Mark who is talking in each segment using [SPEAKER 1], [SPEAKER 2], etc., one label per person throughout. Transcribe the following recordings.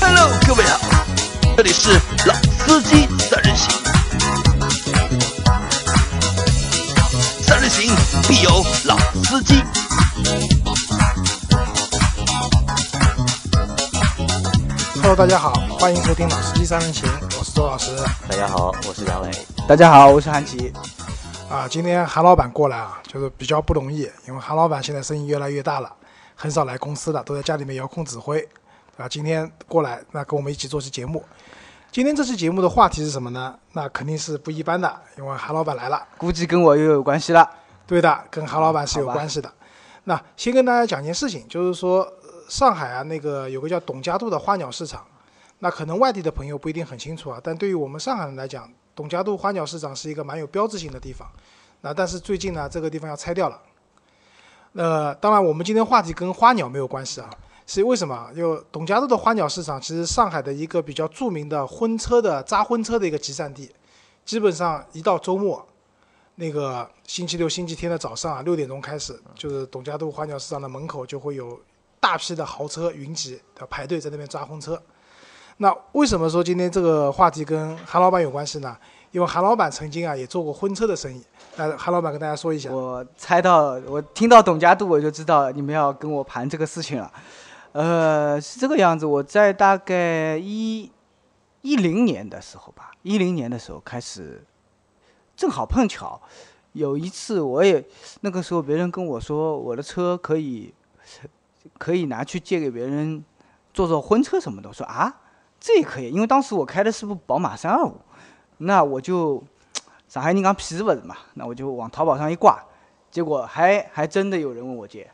[SPEAKER 1] Hello，各位好，这里是老司机三人行，三人行必有老司机。
[SPEAKER 2] Hello，大家好，欢迎收听《老司机三人行》，我是周老师。
[SPEAKER 3] 大家好，我是杨磊。
[SPEAKER 4] 大家好，我是韩琦。
[SPEAKER 2] 啊，今天韩老板过来啊，就是比较不容易，因为韩老板现在生意越来越大了，很少来公司了，都在家里面遥控指挥，对吧？今天过来，那跟我们一起做期节目。今天这期节目的话题是什么呢？那肯定是不一般的，因为韩老板来了。
[SPEAKER 4] 估计跟我又有关系了。
[SPEAKER 2] 对的，跟韩老板是有
[SPEAKER 4] 好吧
[SPEAKER 2] 关系的。那先跟大家讲件事情，就是说呃上海啊，那个有个叫董家渡的花鸟市场，那可能外地的朋友不一定很清楚啊，但对于我们上海人来讲，董家渡花鸟市场是一个蛮有标志性的地方。那但是最近呢，这个地方要拆掉了。呃，当然我们今天话题跟花鸟没有关系啊，是为什么啊？就董家渡的花鸟市场，其实上海的一个比较著名的婚车的扎婚车的一个集散地，基本上一到周末，那个星期六、星期天的早上啊，六点钟开始，就是董家渡花鸟市场的门口就会有大批的豪车云集，要排队在那边扎婚车。那为什么说今天这个话题跟韩老板有关系呢？因为韩老板曾经啊也做过婚车的生意。那韩老板跟大家说一下，
[SPEAKER 4] 我猜到，我听到董家渡，我就知道你们要跟我盘这个事情了。呃，是这个样子，我在大概一一零年的时候吧，一零年的时候开始，正好碰巧有一次，我也那个时候别人跟我说我的车可以可以拿去借给别人做做婚车什么的，我说啊，这也可以，因为当时我开的是部宝马三二五，那我就上海人讲皮是不是嘛，那我就往淘宝上一挂，结果还还真的有人问我借，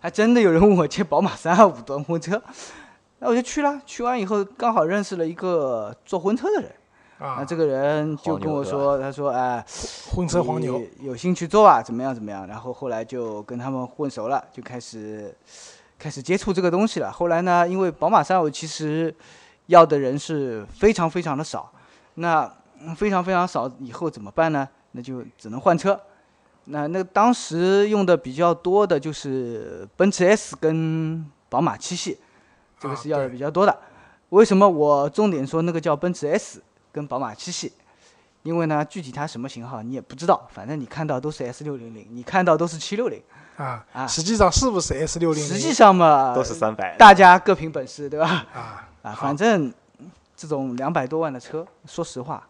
[SPEAKER 4] 还真的有人问我借宝马三二五的婚车，那我就去了，去完以后刚好认识了一个做婚车的人，那
[SPEAKER 2] 啊，
[SPEAKER 4] 这个人就跟我说，他说哎。
[SPEAKER 2] 婚车黄牛，
[SPEAKER 4] 你有兴趣做啊？怎么样怎么样？然后后来就跟他们混熟了，就开始开始接触这个东西了。后来呢，因为宝马三五其实要的人是非常非常的少，那嗯非常非常少，以后怎么办呢？那就只能换车。那那当时用的比较多的就是奔驰 S 跟宝马七系，这个
[SPEAKER 2] 啊
[SPEAKER 4] 是要的
[SPEAKER 2] 对
[SPEAKER 4] 比较多的。为什么我重点说那个叫奔驰 S 跟宝马七系？因为呢，具体它什么型号你也不知道，反正你看到都是 S 六零零，你看到都是七六零，
[SPEAKER 2] 啊
[SPEAKER 4] 啊，
[SPEAKER 2] 实际上是不是 S 六零？
[SPEAKER 4] 实际上嘛，
[SPEAKER 3] 都是三百，
[SPEAKER 4] 大家各凭本事，对吧？
[SPEAKER 2] 啊
[SPEAKER 4] 啊，反正这种两百多万的车，说实话，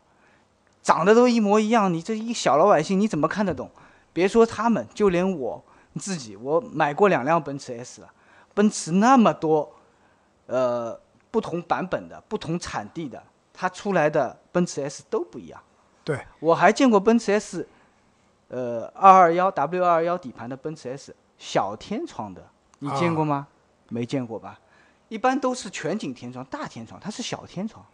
[SPEAKER 4] 长得都一模一样，你这一小老百姓你怎么看得懂？别说他们，就连我自己，我买过两辆奔驰 S 了，奔驰那么多，呃，不同版本的、不同产地的，它出来的奔驰 S 都不一样。
[SPEAKER 2] 对，
[SPEAKER 4] 我还见过奔驰 S，呃，二二幺 W 二幺底盘的奔驰 S，小天窗的，你
[SPEAKER 2] 啊
[SPEAKER 4] 见过吗？没见过吧？一般都是全景天窗、大天窗，它是小天窗，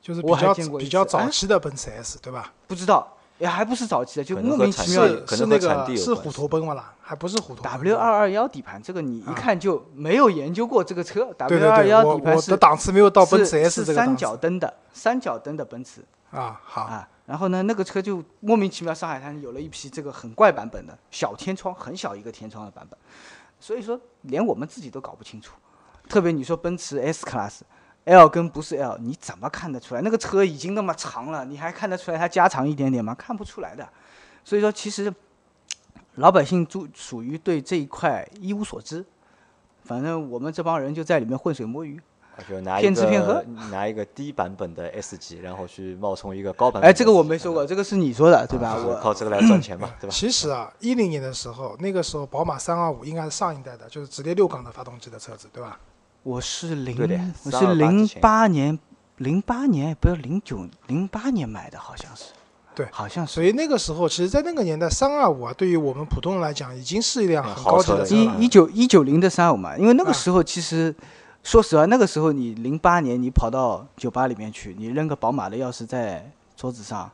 [SPEAKER 2] 就是比
[SPEAKER 4] 我还
[SPEAKER 2] 较
[SPEAKER 4] 见过一
[SPEAKER 2] 比较
[SPEAKER 4] 次
[SPEAKER 2] 早
[SPEAKER 4] 哎
[SPEAKER 2] 期的奔驰 S 对吧？
[SPEAKER 4] 不知道，也还不是早期的，就
[SPEAKER 3] 可能
[SPEAKER 4] 莫
[SPEAKER 3] 和
[SPEAKER 4] 名
[SPEAKER 3] 产
[SPEAKER 4] 其
[SPEAKER 3] 地
[SPEAKER 4] 妙
[SPEAKER 2] 是
[SPEAKER 4] 有
[SPEAKER 3] 有关可
[SPEAKER 2] 是
[SPEAKER 3] 能
[SPEAKER 2] 那
[SPEAKER 3] 和产
[SPEAKER 2] 个
[SPEAKER 3] 地有
[SPEAKER 2] 是
[SPEAKER 3] 关
[SPEAKER 2] 虎头奔嘛啦，还不是虎头奔
[SPEAKER 4] W 二二幺底盘，这个你一看就没有研究过这个车。
[SPEAKER 2] 啊对
[SPEAKER 4] W
[SPEAKER 2] 对
[SPEAKER 4] 二
[SPEAKER 2] 对，
[SPEAKER 4] 幺
[SPEAKER 2] 我
[SPEAKER 4] 底盘
[SPEAKER 2] 我
[SPEAKER 4] 是
[SPEAKER 2] 的档次没有到奔驰
[SPEAKER 4] 是
[SPEAKER 2] S
[SPEAKER 4] 是
[SPEAKER 2] 这个
[SPEAKER 4] 三
[SPEAKER 2] 档
[SPEAKER 4] 角
[SPEAKER 2] 次
[SPEAKER 4] 灯的，三角灯的奔驰
[SPEAKER 2] 啊，好
[SPEAKER 4] 啊。然后呢，那个车就莫名其妙，上海滩有了一批这个很怪版本的小天窗，很小一个天窗的版本，所以说连我们自己都搞不清楚。特别你说奔驰 S Class。L 跟不是 L，你怎么看得出来？那个车已经那么长了，你还看得出来它加长一点点吗？看不出来的。所以说，其实老百姓就属于对这一块一无所知。反正我们这帮人就在里面浑水摸鱼。
[SPEAKER 3] 啊就拿一
[SPEAKER 4] 骗吃骗
[SPEAKER 3] 个
[SPEAKER 4] 喝
[SPEAKER 3] 拿一个低版本的 S 级，然后去冒充一个高版本的 S 级。
[SPEAKER 4] 哎，这个我没说过，这个是你说的，对吧？
[SPEAKER 3] 就是
[SPEAKER 4] 我
[SPEAKER 3] 靠这个来赚 钱嘛，对吧？
[SPEAKER 2] 其实啊，一零年的时候，那个时候宝马三二五应该是上一代的，就是直列六缸的发动机的车子，对吧？
[SPEAKER 4] 我是
[SPEAKER 3] 对的
[SPEAKER 4] 零，我
[SPEAKER 3] 328
[SPEAKER 4] 是零
[SPEAKER 3] 之前
[SPEAKER 4] 八年，零八年不是零九零八年买的，好像是。
[SPEAKER 2] 对
[SPEAKER 4] 好像是
[SPEAKER 2] 所以那个时候，其实，在那个年代，三二五啊，对于我们普通人来讲，已经是一辆
[SPEAKER 3] 嗯
[SPEAKER 2] 很
[SPEAKER 3] 豪
[SPEAKER 2] 高级
[SPEAKER 3] 车
[SPEAKER 2] 的
[SPEAKER 3] 了
[SPEAKER 2] 车
[SPEAKER 3] 以
[SPEAKER 2] 了。
[SPEAKER 4] 一一九一九零的三五嘛，因为那
[SPEAKER 2] 啊
[SPEAKER 4] 个时候其实，说实话，那个时候你零八年你跑到酒吧里面去，你扔个宝马的钥匙在桌子上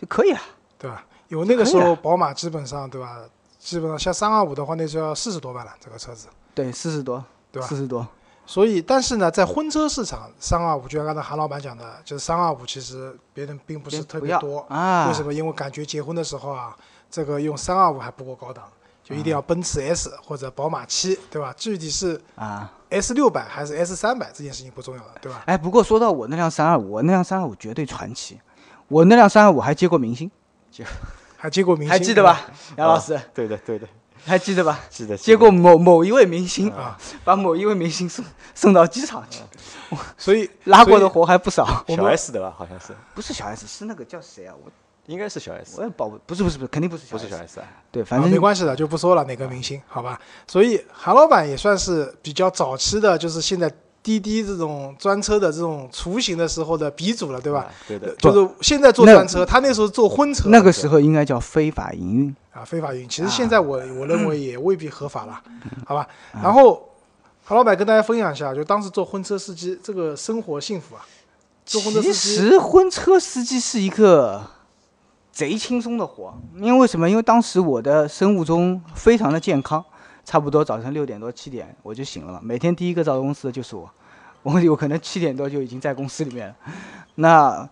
[SPEAKER 4] 就可以了。
[SPEAKER 2] 对吧？有那个时
[SPEAKER 4] 可以
[SPEAKER 2] 候
[SPEAKER 4] 啊
[SPEAKER 2] 宝马基本上对吧？基本上像三二五的话，那就要四十多万了，这个车子，
[SPEAKER 4] 对，四十多，
[SPEAKER 2] 对吧
[SPEAKER 4] 四十多，
[SPEAKER 2] 所以，但是呢，在婚车市场，三二五就像刚才韩老板讲的，就是三二五其实别人并不是
[SPEAKER 4] 别
[SPEAKER 2] 特
[SPEAKER 4] 不
[SPEAKER 2] 别
[SPEAKER 4] 要
[SPEAKER 2] 多
[SPEAKER 4] 啊
[SPEAKER 2] 为什么？因为感觉结婚的时候啊，这个用三二五还不够高档，就一定要奔驰 S 或者宝马七，对吧？具体是
[SPEAKER 4] 啊。
[SPEAKER 2] S 六百还是 S 三百这件事情不重要了，对吧？
[SPEAKER 4] 哎，不过说到我那辆三二五，我那辆三二五绝对传奇，我那辆三二五还接过明星，
[SPEAKER 2] 还接过明星，
[SPEAKER 4] 还记
[SPEAKER 2] 对？
[SPEAKER 4] 得吧，杨老
[SPEAKER 3] 啊
[SPEAKER 4] 师，
[SPEAKER 3] 对的对的，
[SPEAKER 4] 还记得吧？
[SPEAKER 3] 记得
[SPEAKER 4] 接过某某一位明星
[SPEAKER 2] 啊，
[SPEAKER 4] 把某一位明星送送到机场去，
[SPEAKER 2] 所以
[SPEAKER 4] 拉过
[SPEAKER 2] 所
[SPEAKER 4] 的
[SPEAKER 2] 以
[SPEAKER 4] 活还不少。
[SPEAKER 3] 小 S 的吧，好像是，
[SPEAKER 4] 不是小 S，是那个叫谁啊？我
[SPEAKER 3] 应该是小 S，
[SPEAKER 4] 我也保不不是不是不是，肯定不是小
[SPEAKER 3] 不
[SPEAKER 4] S，
[SPEAKER 3] 是小 S 啊。
[SPEAKER 4] 对，
[SPEAKER 2] 啊
[SPEAKER 4] 反正
[SPEAKER 2] 没关系的，就不说了哪个明星，好吧？所以韩老板也算是比较早期的，就是现在滴滴这种专车的这种雏形的时候的鼻祖了，对吧
[SPEAKER 3] 啊？对的
[SPEAKER 2] 呃就是现在做专车，他那时候做婚车，
[SPEAKER 4] 那个时候应该叫非法营运。
[SPEAKER 2] 啊非法运营，其实现在我我认为也未必合法了，
[SPEAKER 4] 嗯
[SPEAKER 2] 好吧？然后韩老板跟大家分享一下，就当时做婚车司机这个生活幸福啊，做婚车司
[SPEAKER 4] 其
[SPEAKER 2] 机
[SPEAKER 4] 实婚车司机是一个贼轻松的活，因为什么？因为当时我的生物钟非常的健康，差不多早晨六点多七点我就醒了嘛。每天第一个到公司的就是我， 我有可能七点多就已经在公司里面了。那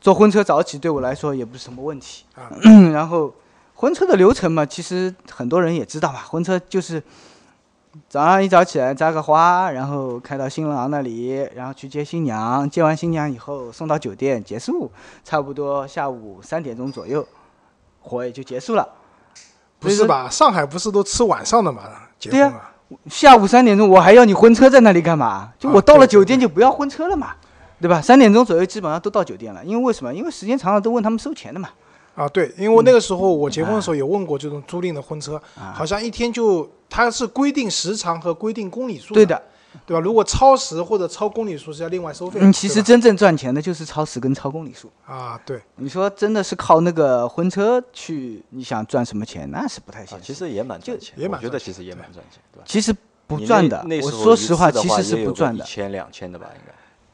[SPEAKER 4] 坐婚车早起对我来说也不是什么问题。嗯
[SPEAKER 2] 啊
[SPEAKER 4] 然后婚车的流程嘛，其实很多人也知道嘛，婚车就是早上一早起来扎个花，然后开到新郎那里，然后去接新娘，接完新娘以后送到酒店结束，差不多下午三点钟左右，活也就结束了。
[SPEAKER 2] 不是吧？上海不是都吃晚上的嘛？结婚
[SPEAKER 4] 对呀
[SPEAKER 2] 啊。
[SPEAKER 4] 下午三点钟我还要你婚车在那里干嘛？就我
[SPEAKER 2] 啊
[SPEAKER 4] 到了
[SPEAKER 2] 对对
[SPEAKER 4] 酒店就不要婚车了嘛，对吧？三点钟左右基本上都到酒店了，因为为什么？因为时间长了都问他们收钱的嘛。
[SPEAKER 2] 啊，对，因为我那
[SPEAKER 3] 嗯
[SPEAKER 2] 个时候我结婚的时候
[SPEAKER 3] 啊
[SPEAKER 2] 也问过这种租赁的婚车，好像一天就它是规定时长和规定公里数，
[SPEAKER 4] 对，的，
[SPEAKER 2] 对吧？如果超时或者超公里数是要另外收费的。
[SPEAKER 4] 嗯，其实
[SPEAKER 2] 对吧
[SPEAKER 4] 真正赚钱的就是超时跟超公里数。
[SPEAKER 2] 啊，对，
[SPEAKER 4] 你说真的是靠那个婚车去，你想赚什么钱，那是不太现
[SPEAKER 3] 啊，
[SPEAKER 4] 实。
[SPEAKER 3] 其实也蛮赚钱，
[SPEAKER 2] 也蛮
[SPEAKER 3] 我觉得
[SPEAKER 2] 赚
[SPEAKER 3] 其实也
[SPEAKER 2] 对
[SPEAKER 3] 蛮赚钱，对吧？
[SPEAKER 4] 其实不
[SPEAKER 3] 你那
[SPEAKER 4] 赚的，
[SPEAKER 3] 那
[SPEAKER 4] 我
[SPEAKER 3] 时候
[SPEAKER 4] 说
[SPEAKER 3] 一
[SPEAKER 4] 实
[SPEAKER 3] 次
[SPEAKER 4] 话，
[SPEAKER 3] 的
[SPEAKER 4] 其实是
[SPEAKER 3] 也有
[SPEAKER 4] 不
[SPEAKER 3] 个
[SPEAKER 4] 赚
[SPEAKER 3] 一
[SPEAKER 4] 的。
[SPEAKER 3] 千两千的吧，应该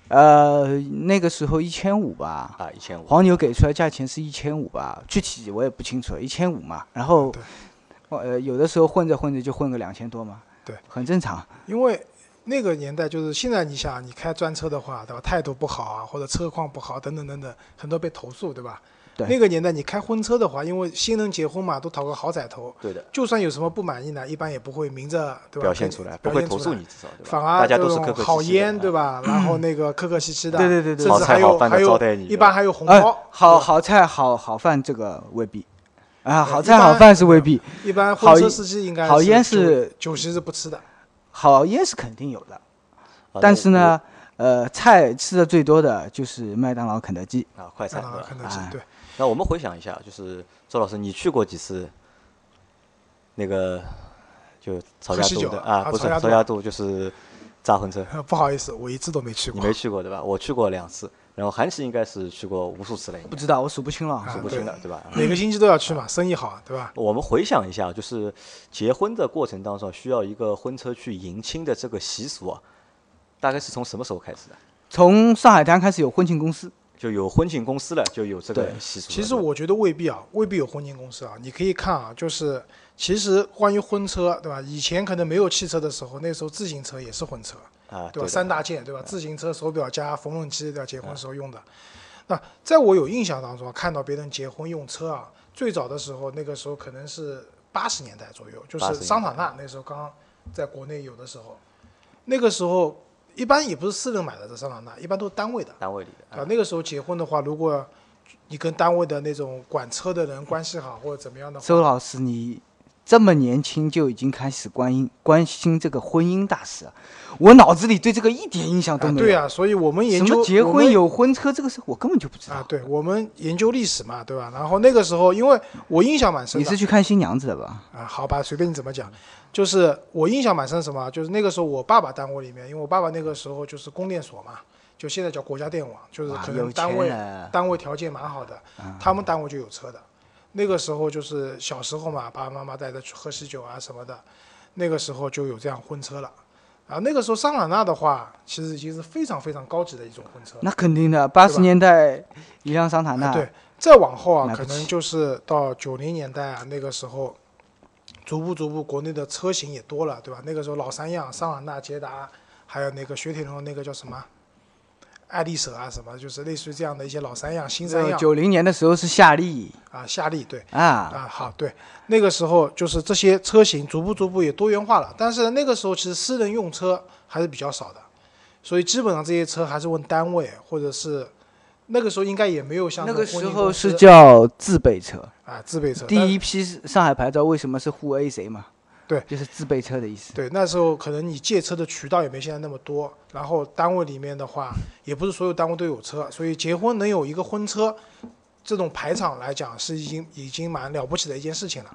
[SPEAKER 4] 呃，那个时候一千五吧，
[SPEAKER 3] 啊，一千五。
[SPEAKER 4] 黄牛给出来价钱是一千五吧，具体我也不清楚，一千五嘛。然后
[SPEAKER 2] 对，
[SPEAKER 4] 呃，有的时候混着混着就混个两千多嘛，
[SPEAKER 2] 对，
[SPEAKER 4] 很正常。
[SPEAKER 2] 因为那个年代就是现在，你想你开专车的话，对吧？态度不好啊，或者车况不好等等等等，很多被投诉，对吧？
[SPEAKER 4] 对
[SPEAKER 2] 那个年代你开婚车的话，因为新人结婚嘛，都讨个好彩头，
[SPEAKER 3] 对的，
[SPEAKER 2] 就算有什么不满意呢，一般也不会明着对吧
[SPEAKER 3] 表现出来，不
[SPEAKER 2] 表
[SPEAKER 3] 会
[SPEAKER 2] 现
[SPEAKER 3] 投
[SPEAKER 2] 出
[SPEAKER 3] 诉
[SPEAKER 2] 来
[SPEAKER 3] 你，至少对吧？
[SPEAKER 2] 反而
[SPEAKER 3] 大家都
[SPEAKER 2] 这
[SPEAKER 3] 是
[SPEAKER 2] 种
[SPEAKER 3] 客客气气的。啊哎
[SPEAKER 2] 好烟，对
[SPEAKER 3] 吧？
[SPEAKER 2] 吧？然后那个客客气气的，
[SPEAKER 4] 对对对对
[SPEAKER 2] 甚
[SPEAKER 3] 好
[SPEAKER 2] 至
[SPEAKER 3] 菜
[SPEAKER 2] 还有
[SPEAKER 3] 好饭地
[SPEAKER 2] 还有
[SPEAKER 3] 招待你哎
[SPEAKER 2] 一般还有红
[SPEAKER 4] 呃
[SPEAKER 2] 包，，
[SPEAKER 4] 好好菜好好饭这个未必，啊，好
[SPEAKER 2] 一
[SPEAKER 4] 菜好
[SPEAKER 2] 般
[SPEAKER 4] 饭是未必，
[SPEAKER 2] 一般
[SPEAKER 4] 好
[SPEAKER 2] 婚车
[SPEAKER 4] 烟
[SPEAKER 2] 司机应该
[SPEAKER 4] 好
[SPEAKER 2] 酒
[SPEAKER 4] 烟是
[SPEAKER 2] 酒席是不吃的，
[SPEAKER 4] 好烟是肯定有的，
[SPEAKER 3] 啊
[SPEAKER 4] 但
[SPEAKER 3] 那
[SPEAKER 4] 是
[SPEAKER 3] 我
[SPEAKER 4] 呢，呃，菜吃的最多的就是麦当劳、肯德基。
[SPEAKER 3] 啊，快餐
[SPEAKER 2] 当
[SPEAKER 3] 对
[SPEAKER 2] 然肯
[SPEAKER 3] 吧？
[SPEAKER 2] 德基
[SPEAKER 4] 哎
[SPEAKER 2] 对。
[SPEAKER 3] 那我们回想一下，就是周老师，你去过几次那个就曹
[SPEAKER 2] 喝
[SPEAKER 3] 家
[SPEAKER 2] 喜
[SPEAKER 3] 渡
[SPEAKER 2] 酒
[SPEAKER 3] 的
[SPEAKER 2] 啊
[SPEAKER 3] 啊？不
[SPEAKER 2] 曹
[SPEAKER 3] 是
[SPEAKER 2] 家
[SPEAKER 3] 曹
[SPEAKER 2] 渡
[SPEAKER 3] 家渡，就是炸婚车，
[SPEAKER 2] 不好意思，我一次都没去
[SPEAKER 3] 你
[SPEAKER 2] 过
[SPEAKER 3] 没。去过对吧？我去过两次，然后韩琦应该是去过无数次了，应
[SPEAKER 4] 不
[SPEAKER 3] 该
[SPEAKER 4] 知道，我数不清了。
[SPEAKER 3] 数不
[SPEAKER 2] 嗯对
[SPEAKER 3] 清了对吧？
[SPEAKER 2] 每个星期都要去嘛，生意好，对吧？
[SPEAKER 3] 我们回想一下，就是结婚的过程当中，需要一个婚车去迎亲的这个习俗啊，大概是从什么时候开始的？
[SPEAKER 4] 从上海滩开始有婚庆公司，
[SPEAKER 3] 就有婚庆公司了，就有这个
[SPEAKER 4] 对
[SPEAKER 3] 习俗了。
[SPEAKER 2] 其实
[SPEAKER 3] 对吧
[SPEAKER 2] 我觉得未必啊，未必有婚庆公司啊。你可以看啊，就是其实关于婚车，对吧？以前可能没有汽车的时候，那时候自行车也是婚车，
[SPEAKER 3] 啊，
[SPEAKER 2] 对吧？
[SPEAKER 3] 的
[SPEAKER 2] 三大件，对吧？自行车、手表加缝纫机，对吧？结婚时候用的。那在我有印象当中啊，看到别人结婚用车啊，最早的时候，那个时候可能是八十年代左右，就
[SPEAKER 3] 80
[SPEAKER 2] 是
[SPEAKER 3] 年代
[SPEAKER 2] 桑塔纳那时候刚刚在国内有的时候，那个时候一般也不是私人买的这桑塔纳，一般都是单位的。
[SPEAKER 3] 单位里的
[SPEAKER 2] 啊，那个时候结婚的话，如果你跟单位的那种管车的人关系好或者怎么样的话，
[SPEAKER 4] 周老师，你这么年轻就已经开始关心关心这个婚姻大事了，我脑子里对这个一点印象都
[SPEAKER 2] 啊
[SPEAKER 4] 没有。
[SPEAKER 2] 对啊，所以我们研
[SPEAKER 4] 什
[SPEAKER 2] 究
[SPEAKER 4] 么结
[SPEAKER 2] 我
[SPEAKER 4] 婚
[SPEAKER 2] 们
[SPEAKER 4] 有婚车这个事，我根本就不知道。
[SPEAKER 2] 啊，对我们研究历史嘛，对吧？然后那个时候，因为我印象蛮深
[SPEAKER 4] 你
[SPEAKER 2] 的
[SPEAKER 4] 是去看新娘子的吧？
[SPEAKER 2] 啊，好吧，随便你怎么讲，就是我印象蛮深什么，就是那个时候我爸爸单位里面，因为我爸爸那个时候就是供电所嘛，就现在叫国家电网，就是
[SPEAKER 4] 哇
[SPEAKER 2] 可
[SPEAKER 4] 有
[SPEAKER 2] 能
[SPEAKER 4] 钱嗯
[SPEAKER 2] 单位
[SPEAKER 4] 人
[SPEAKER 2] 单位条件蛮好的，他们单位就有车的。那个时候就是小时候嘛，爸爸妈妈带着去喝喜酒啊什么的，那个时候就有这样婚车了。啊，那个时候桑塔纳的话，其实已经是非常非常高级的一种婚车。
[SPEAKER 4] 那肯定的，八
[SPEAKER 2] 对
[SPEAKER 4] 十
[SPEAKER 2] 吧
[SPEAKER 4] 年代一辆桑塔纳，
[SPEAKER 2] 啊对，再往后啊，
[SPEAKER 4] 买不
[SPEAKER 2] 可
[SPEAKER 4] 起
[SPEAKER 2] 能就是到九零年代啊，那个时候，逐步逐步国内的车型也多了，对吧？那个时候老三样，桑塔纳、捷达，还有那个雪铁龙那个叫什么爱丽舍啊什么，就是类似于这样的一些老三样、新三
[SPEAKER 4] 呃
[SPEAKER 2] 样
[SPEAKER 4] 九零年的时候是夏利
[SPEAKER 2] 啊，夏利对。
[SPEAKER 4] 啊，
[SPEAKER 2] 啊，好，对，那个时候就是这些车型逐步逐步也多元化了，但是那个时候其实私人用车还是比较少的，所以基本上这些车还是问单位或者是那个时候应该也没有像
[SPEAKER 4] 那
[SPEAKER 2] 这
[SPEAKER 4] 个
[SPEAKER 2] 种婚
[SPEAKER 4] 时
[SPEAKER 2] 庆
[SPEAKER 4] 候
[SPEAKER 2] 公
[SPEAKER 4] 是
[SPEAKER 2] 司
[SPEAKER 4] 叫自备车。
[SPEAKER 2] 啊自备车，但
[SPEAKER 4] 第一批上海牌照为什么是沪 A 谁嘛？
[SPEAKER 2] 对
[SPEAKER 4] 就是自备车的意思。
[SPEAKER 2] 对那时候可能你借车的渠道也没现在那么多，然后单位里面的话也不是所有单位都有车，所以结婚能有一个婚车，这种排场来讲是已经已经蛮了不起的一件事情了。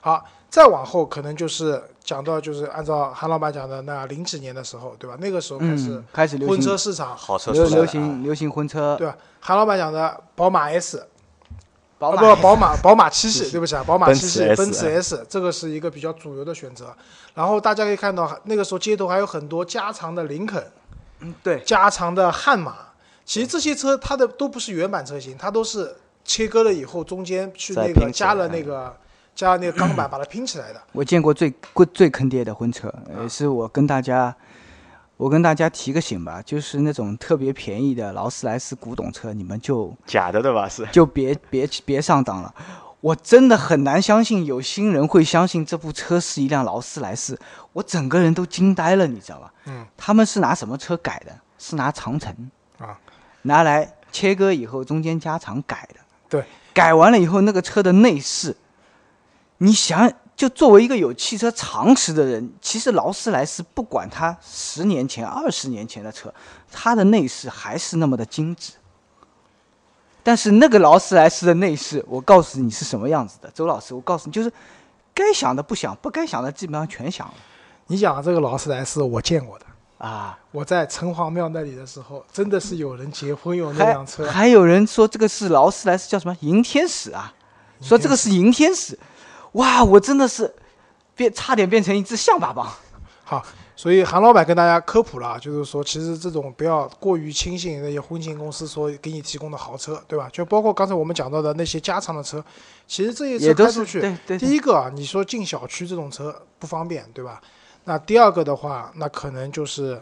[SPEAKER 2] 好，再往后可能就是讲到就是按照韩老板讲的那零几年的时候，对吧？那个时候开始
[SPEAKER 4] 嗯，开始流
[SPEAKER 2] 婚车
[SPEAKER 4] 行
[SPEAKER 2] 市场，
[SPEAKER 3] 好车出
[SPEAKER 4] 流
[SPEAKER 3] 来
[SPEAKER 4] 流
[SPEAKER 3] 了啊，
[SPEAKER 4] 行流行婚车，
[SPEAKER 2] 对吧？韩老板讲的宝马 S，
[SPEAKER 4] 宝
[SPEAKER 2] 啊
[SPEAKER 4] 马
[SPEAKER 2] 不，宝马宝马七系，对不起啊，宝马
[SPEAKER 3] 奔
[SPEAKER 2] 七
[SPEAKER 3] 驰
[SPEAKER 2] 系、
[SPEAKER 3] S
[SPEAKER 2] 奔驰 S，这个是一个比较主流的选择。然后大家可以看到，那个时候街头还有很多加长的林肯、
[SPEAKER 4] 嗯对，
[SPEAKER 2] 加长的悍马。其实这些车它的都不是原版车型，它都是切割了以后中间去那
[SPEAKER 3] 再拼起
[SPEAKER 2] 个加
[SPEAKER 3] 来嗯
[SPEAKER 2] 了那个加了那个钢板把它拼起来的。
[SPEAKER 4] 我见过最最最坑爹的婚车，
[SPEAKER 2] 啊
[SPEAKER 4] 也是我跟大家，我跟大家提个醒吧，就是那种特别便宜的劳斯莱斯古董车，你们就
[SPEAKER 3] 假的对吧？是
[SPEAKER 4] 就别别别上当了。我真的很难相信有新人会相信这部车是一辆劳斯莱斯，我整个人都惊呆了，你知道吧？
[SPEAKER 2] 嗯，
[SPEAKER 4] 他们是拿什么车改的？是拿长城
[SPEAKER 2] 啊，
[SPEAKER 4] 拿来切割以后中间加长改的。
[SPEAKER 2] 对，
[SPEAKER 4] 改完了以后那个车的内饰，你想，就作为一个有汽车常识的人，其实劳斯莱斯不管它十年前、二十年前的车，它的内饰还是那么的精致。但是那个劳斯莱斯的内饰，我告诉你是什么样子的，周老师，我告诉你，就是该想的不想，不该想的基本上全想了
[SPEAKER 2] 你讲的这个劳斯莱斯，我见过的。
[SPEAKER 4] 啊。
[SPEAKER 2] 我在城隍庙那里的时候，真的是有人结婚用那
[SPEAKER 4] 还
[SPEAKER 2] 辆车。
[SPEAKER 4] 还有人说这个是劳斯莱斯叫什么银天使啊，说这个是银天使，哇，我真的是变差点变成一只象拔蚌。
[SPEAKER 2] 好，所以韩老板跟大家科普了啊，就是说，其实这种不要过于轻信那些婚庆公司所给你提供的豪车，对吧？就包括刚才我们讲到的那些加长的车，其实这些
[SPEAKER 4] 也
[SPEAKER 2] 车
[SPEAKER 4] 都
[SPEAKER 2] 开
[SPEAKER 4] 是
[SPEAKER 2] 出去，
[SPEAKER 4] 对对对
[SPEAKER 2] 第一个啊，你说进小区这种车不方便，对吧？那第二个的话，那可能就是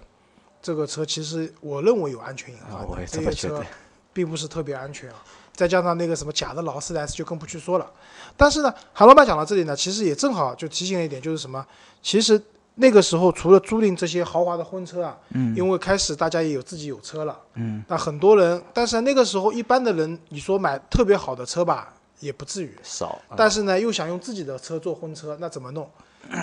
[SPEAKER 2] 这个车其实我认为有安全隐患
[SPEAKER 3] 啊
[SPEAKER 2] 的，
[SPEAKER 3] 我也这
[SPEAKER 2] 些
[SPEAKER 3] 么觉
[SPEAKER 2] 车
[SPEAKER 3] 得
[SPEAKER 2] 并不是特别安全啊。再加上那个什么假的劳斯莱斯就更不去说了。但是呢，韩老板讲到这里呢，其实也正好就提醒了一点，就是什么？其实那个时候除了租赁这些豪华的婚车啊，嗯，因为开始大家也有自己有车了，嗯，那很多人，但是那个时候一般的人，你说买特别好的车吧，也不至于，
[SPEAKER 3] 少，啊
[SPEAKER 2] 但是呢，又想用自己的车做婚车，那怎么 弄？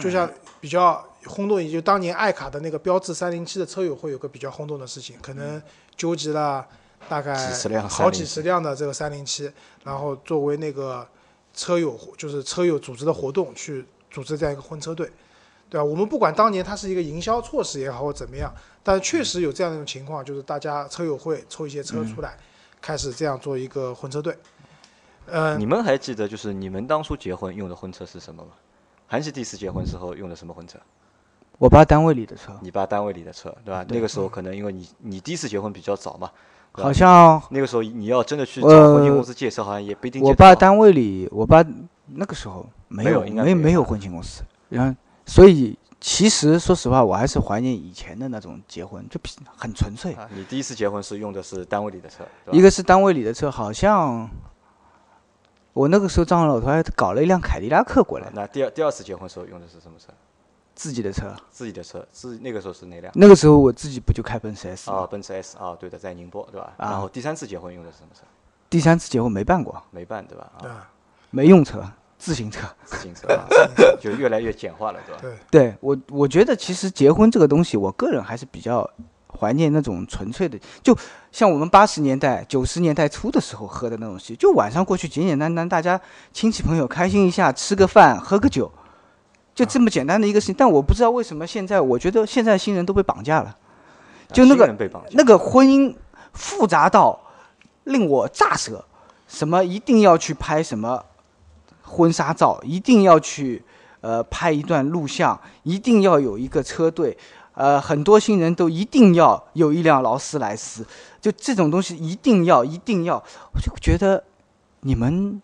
[SPEAKER 2] 就像比较轰动，也就当年爱卡的那个标致三零七的车友会有个比较轰动的事情，可能纠集了大概
[SPEAKER 3] 几十辆
[SPEAKER 2] 好几十辆的这个三零七，然后作为那个车友就是车友组织的活动去组织这样一个婚车队，对啊吧、我们不管当年它是一个营销措施也好或怎么样，但确实有这样的一种情况，就是大家车友会抽一些车出
[SPEAKER 3] 嗯
[SPEAKER 2] 来，开始这样做一个婚车队。嗯，
[SPEAKER 3] 你们还记得就是你们当初结婚用的婚车是什么吗？韩琦第一次结婚时候用的什么婚车？
[SPEAKER 4] 我爸单位里的车，
[SPEAKER 3] 你爸单位里的车，
[SPEAKER 4] 嗯
[SPEAKER 3] 对吧？那个时候可能因为你你第一次结婚比较早嘛，对吧
[SPEAKER 4] 好像
[SPEAKER 3] 那个时候你要真的去找
[SPEAKER 4] 呃
[SPEAKER 3] 婚庆公司借车，好像也不一定借
[SPEAKER 4] 我
[SPEAKER 3] 得
[SPEAKER 4] 爸
[SPEAKER 3] 到
[SPEAKER 4] 单位里，我爸那个时候没
[SPEAKER 3] 没
[SPEAKER 4] 有
[SPEAKER 3] 有应该
[SPEAKER 4] 没
[SPEAKER 3] 没有
[SPEAKER 4] 有婚庆公司，然后所以其实说实话，我还是怀念以前的那种结婚，就比很纯粹。
[SPEAKER 3] 啊你第一次结婚是用的是单位里的车，对吧
[SPEAKER 4] 一个是单位里的车，好像我那个时候张老头还搞了一辆凯迪拉克过来
[SPEAKER 3] 啊，那第二第二次结婚时候用的是什么车？
[SPEAKER 4] 自己的车。
[SPEAKER 3] 自己的车，自那个时候是哪辆？
[SPEAKER 4] 那个时候我自己不就开奔驰 S
[SPEAKER 3] 啊，
[SPEAKER 4] 吗？
[SPEAKER 3] 奔驰 S 啊，对的，在宁波，对吧？
[SPEAKER 4] 啊
[SPEAKER 3] 然后第三次结婚用的是什么车？
[SPEAKER 4] 第三次结婚没办过，
[SPEAKER 3] 没办，对吧？
[SPEAKER 4] 嗯
[SPEAKER 3] 啊，
[SPEAKER 2] 啊，
[SPEAKER 4] 没用车，自行 车。
[SPEAKER 3] 自行车啊，就越来越简化了，对吧？
[SPEAKER 2] 对，
[SPEAKER 4] 对我，我觉得其实结婚这个东西，我个人还是比较怀念那种纯粹的，就像我们八十年代、九十年代初的时候喝的那种酒，就晚上过去简简单单，大家亲戚朋友开心一下，吃个饭，喝个酒，就这么简单的一个事情。但我不知道为什么现在，我觉得现在新人都被绑架了，
[SPEAKER 3] 啊
[SPEAKER 4] 就那
[SPEAKER 3] 新
[SPEAKER 4] 个
[SPEAKER 3] 人被绑架
[SPEAKER 4] 那个婚姻复杂到令我咋舌，什么一定要去拍什么婚纱照，一定要去呃拍一段录像，一定要有一个车队，呃，很多新人都一定要有一辆劳斯莱斯，就这种东西一定要一定要，我就觉得你们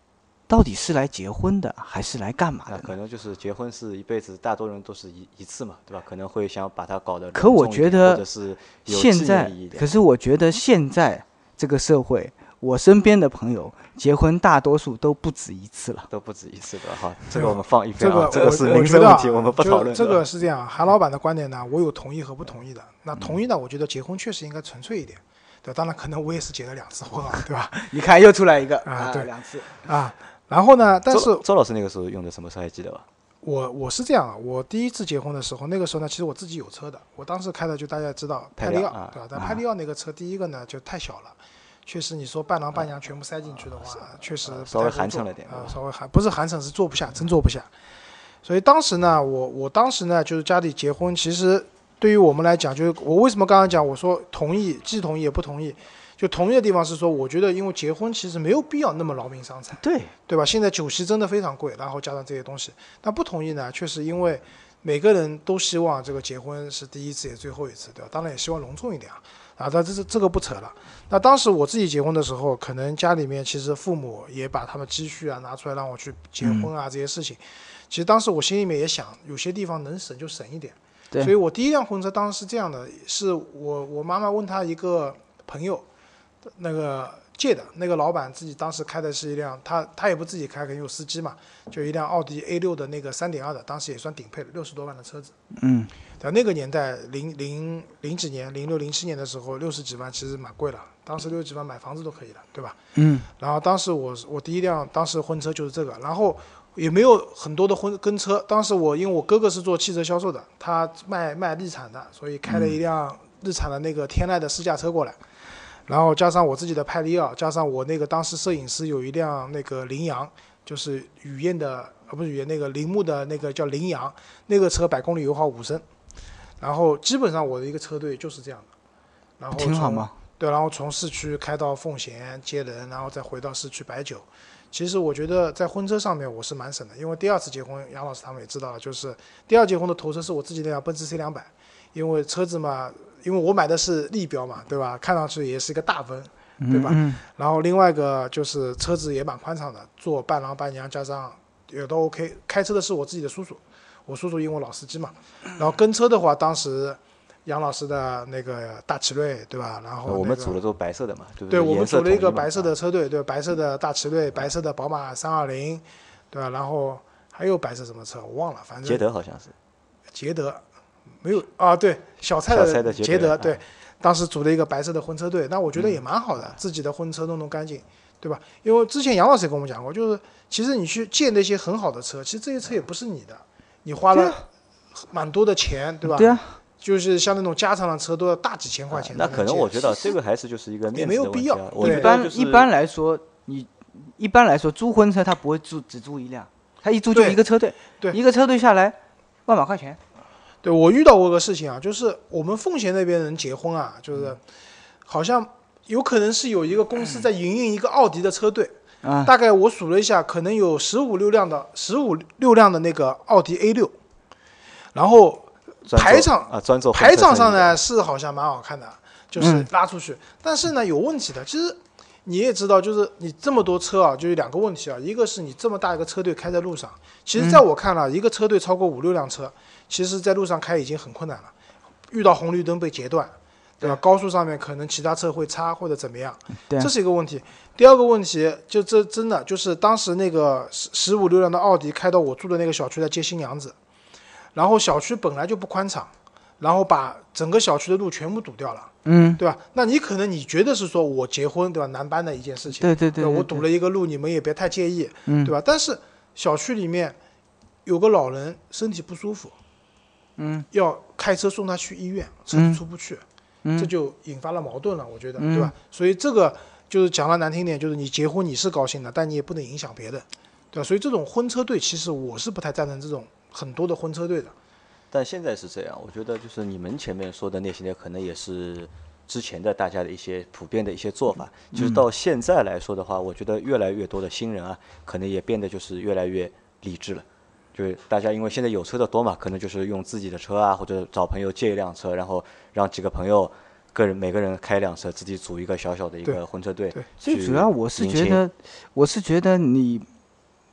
[SPEAKER 4] 到底是来结婚的还是来干嘛
[SPEAKER 3] 那
[SPEAKER 4] 的呢？
[SPEAKER 3] 可能就是结婚是一辈子，大多人都是一一次嘛，对吧？可能会想把它搞得
[SPEAKER 4] 可
[SPEAKER 3] 隆
[SPEAKER 4] 我
[SPEAKER 3] 重一
[SPEAKER 4] 觉
[SPEAKER 3] 点
[SPEAKER 4] 得
[SPEAKER 3] 或者是有
[SPEAKER 4] 现
[SPEAKER 3] 纪念
[SPEAKER 4] 在
[SPEAKER 3] 意义一，点
[SPEAKER 4] 可是我觉得现在这个社会，我身边的朋友结婚大多数都不止一次了。
[SPEAKER 3] 都不止一次的哈。这
[SPEAKER 2] 没
[SPEAKER 3] 个
[SPEAKER 2] 有
[SPEAKER 3] 我们放一
[SPEAKER 2] 这
[SPEAKER 3] 边
[SPEAKER 2] 个
[SPEAKER 3] 啊，这个
[SPEAKER 2] 我
[SPEAKER 3] 是
[SPEAKER 2] 我
[SPEAKER 3] 民
[SPEAKER 2] 觉
[SPEAKER 3] 生
[SPEAKER 2] 得
[SPEAKER 3] 问
[SPEAKER 2] 啊
[SPEAKER 3] 题，我们不
[SPEAKER 2] 就
[SPEAKER 3] 讨论
[SPEAKER 2] 这
[SPEAKER 3] 的
[SPEAKER 2] 个是这样，韩老板的观点呢，我有同意和不同意的。那同意呢，我觉得结婚确实应该纯粹一点，对吧，当然可能我也是结了两次婚啊，对吧？
[SPEAKER 4] 你看又出来一个
[SPEAKER 2] 啊对
[SPEAKER 4] 两次。
[SPEAKER 2] 啊，然后呢，但
[SPEAKER 3] 周
[SPEAKER 2] 是
[SPEAKER 3] 周老师那个时候用的什么车还记得吧？
[SPEAKER 2] 我我是这样啊，我第一次结婚的时候，那个时候呢，其实我自己有车的，我当时开的就大家知道
[SPEAKER 3] 派
[SPEAKER 2] 派
[SPEAKER 3] 利
[SPEAKER 2] 利
[SPEAKER 3] 奥
[SPEAKER 2] 奥，
[SPEAKER 3] 啊
[SPEAKER 2] 对吧？但派利奥那个车，第一个呢就太小了，确实你说伴郎
[SPEAKER 3] 啊
[SPEAKER 2] 伴娘全部塞进去的话，确实不太
[SPEAKER 3] 稍微
[SPEAKER 2] 好
[SPEAKER 3] 寒
[SPEAKER 2] 做
[SPEAKER 3] 碜了点
[SPEAKER 2] 啊
[SPEAKER 3] 对吧，
[SPEAKER 2] 稍微寒不是寒碜，是坐不下，真坐不下。所以当时呢，我我当时呢就是家里结婚，其实对于我们来讲，就是我为什么刚刚讲我说同意，既同意也不同意，就同意的地方是说，我觉得因为结婚其实没有必要那么劳民伤财。
[SPEAKER 4] 对，
[SPEAKER 2] 对吧？现在酒席真的非常贵，然后加上这些东西，那不同意呢，确实因为每个人都希望这个结婚是第一次也最后一次，对吧？当然也希望隆重一点啊。啊，但这是这个不扯了。那当时我自己结婚的时候，可能家里面其实父母也把他们积蓄啊拿出来让我去结婚啊、这些事情。其实当时我心里面也想，有些地方能省就省一点。
[SPEAKER 4] 对
[SPEAKER 2] 所以我第一辆婚车当时是这样的，是我我妈妈问她一个朋友，那个借的，那个老板自己当时开的是一辆，他他也不自己开，肯定有司机嘛，就一辆奥迪 A 六的那个三点二的，当时也算顶配了，六十多万的车子。
[SPEAKER 4] 嗯，
[SPEAKER 2] 在那个年代，零零零几年，零六零七年的时候，六十几万其实蛮贵了，当时六十几万买房子都可以了，对吧？
[SPEAKER 4] 嗯，
[SPEAKER 2] 然后当时我我第一辆当时婚车就是这个，然后也没有很多的婚跟车。当时我因为我哥哥是做汽车销售的，他卖卖日产的，所以开
[SPEAKER 4] 嗯
[SPEAKER 2] 了一辆日产的那个天籁的试驾车过来，然后加上我自己的派利奥，加上我那个当时摄影师有一辆那个羚羊，就是雨燕的啊不是雨燕那个铃木的那个叫羚羊，那个车百公里油耗五升，然后基本上我的一个车队就是这样的，然后
[SPEAKER 4] 挺好
[SPEAKER 2] 从
[SPEAKER 4] 嘛。
[SPEAKER 2] 对，然后从市区开到奉贤接人，然后再回到市区摆酒。其实我觉得在婚车上面我是蛮省的，因为第二次结婚，杨老师他们也知道了，就是第二结婚的头车是我自己那辆奔驰 C 两百，因为车子嘛，因为我买的是立标嘛，对吧？看上去也是一个大奔，对吧？
[SPEAKER 4] 嗯
[SPEAKER 2] 然后另外一个就是车子也蛮宽敞的，坐伴郎伴娘加上也都 OK。开车的是我自己的叔叔，我叔叔因为我老司机嘛。然后跟车的话，当时杨老师的那个大奇瑞，对吧？然后、
[SPEAKER 3] 呃我们组
[SPEAKER 2] 组
[SPEAKER 3] 的都是白色的嘛，对不
[SPEAKER 2] 哦对，我们
[SPEAKER 3] 颜色
[SPEAKER 2] 组了一
[SPEAKER 3] 统
[SPEAKER 2] 个
[SPEAKER 3] 嘛啊
[SPEAKER 2] 白色的车队，对，白色的大奇瑞，白色的宝马三二零，对吧？然后还有白色什么车我忘了，反正
[SPEAKER 3] 捷德好像是。
[SPEAKER 2] 捷德，没有啊，对，小蔡
[SPEAKER 3] 小蔡的捷德
[SPEAKER 2] 捷德，
[SPEAKER 3] 啊嗯
[SPEAKER 2] 对，当时组了一个白色的婚车队，那我觉得也蛮好的，自己的婚车弄弄干净，对吧？因为之前杨老师也跟我们讲过，就是其实你去借那些很好的车，其实这些车也不是你的，你花
[SPEAKER 4] 对
[SPEAKER 2] 了
[SPEAKER 3] 啊
[SPEAKER 2] 蛮多的钱，对吧？
[SPEAKER 4] 对啊，
[SPEAKER 2] 就是像那种加长的车都要大几千块钱才
[SPEAKER 3] 啊那
[SPEAKER 2] 借、
[SPEAKER 3] 可能我觉得这个还是就是一个面
[SPEAKER 2] 没
[SPEAKER 3] 子
[SPEAKER 2] 有
[SPEAKER 3] 的问
[SPEAKER 2] 必
[SPEAKER 3] 题
[SPEAKER 2] 要
[SPEAKER 3] 啊。我
[SPEAKER 2] 对
[SPEAKER 3] 觉
[SPEAKER 4] 一
[SPEAKER 3] 得就
[SPEAKER 4] 般
[SPEAKER 3] 是
[SPEAKER 4] 一般来说，你一般来说租婚车他不会租只租一辆，他一租就
[SPEAKER 2] 对
[SPEAKER 4] 一个车队，
[SPEAKER 2] 对
[SPEAKER 4] 一个车队下来万把块钱。
[SPEAKER 2] 对我遇到过一个事情啊，就是我们奉贤那边人结婚啊，就是好像有可能是有一个公司在营运一个奥迪的车队，
[SPEAKER 4] 啊
[SPEAKER 2] 大概我数了一下，可能有十五六辆的十五六辆的那个奥迪 A 六，然后
[SPEAKER 3] 专
[SPEAKER 2] 排
[SPEAKER 3] 做
[SPEAKER 2] 场
[SPEAKER 3] 啊，专做婚
[SPEAKER 2] 排
[SPEAKER 3] 车
[SPEAKER 2] 场
[SPEAKER 3] 生
[SPEAKER 2] 上
[SPEAKER 3] 意
[SPEAKER 2] 呢是好像蛮好看的，就是
[SPEAKER 4] 嗯
[SPEAKER 2] 拉出去，但是呢有问题的。其实你也知道，就是你这么多车啊，就有两个问题啊，一个是你这么大一个车队开在路上，其
[SPEAKER 3] 嗯
[SPEAKER 2] 实在我看来，一个车队超过五六辆车，其实在路上开已经很困难了，遇到红绿灯被截断。对吧？高速上面可能其他车会插或者怎么样，
[SPEAKER 4] 对啊
[SPEAKER 2] 这是一个问题。第二个问题就这真的就是当时那个十十五六辆的奥迪开到我住的那个小区来接新娘子，然后小区本来就不宽敞，然后把整个小区的路全部堵掉了，
[SPEAKER 4] 嗯，
[SPEAKER 2] 对吧？那你可能你觉得是说我结婚对吧难办的一件事情，
[SPEAKER 4] 对对对
[SPEAKER 2] 吧
[SPEAKER 4] 对
[SPEAKER 2] 我堵
[SPEAKER 4] 对
[SPEAKER 2] 了一个路，你们也别太介意，
[SPEAKER 4] 嗯
[SPEAKER 2] 对吧？但是小区里面有个老人身体不舒服，
[SPEAKER 4] 嗯，
[SPEAKER 2] 要开车送他去医院，车子
[SPEAKER 4] 嗯
[SPEAKER 2] 出不去，
[SPEAKER 4] 嗯
[SPEAKER 2] 这就引发了矛盾了，我觉得，
[SPEAKER 4] 嗯
[SPEAKER 2] 对吧？所以这个就是讲的难听点，就是你结婚你是高兴的，但你也不能影响别人，对吧？所以这种婚车队，其实我是不太赞成这种很多的婚车队的。
[SPEAKER 3] 但现在是这样，我觉得就是你们前面说的那些呢，可能也是之前的大家的一些普遍的一些做法。
[SPEAKER 2] 嗯
[SPEAKER 3] 就是到现在来说的话，我觉得越来越多的新人啊，可能也变得就是越来越理智了。就是大家因为现在有车的多嘛，可能就是用自己的车啊，或者找朋友借一辆车，然后让几个朋友个人每个人开一辆车，自己组一个小小的一
[SPEAKER 2] 对
[SPEAKER 3] 个婚车队
[SPEAKER 2] 对。
[SPEAKER 3] 去
[SPEAKER 4] 最主要我是
[SPEAKER 3] 迎
[SPEAKER 4] 觉
[SPEAKER 3] 亲
[SPEAKER 4] 得，我是觉得你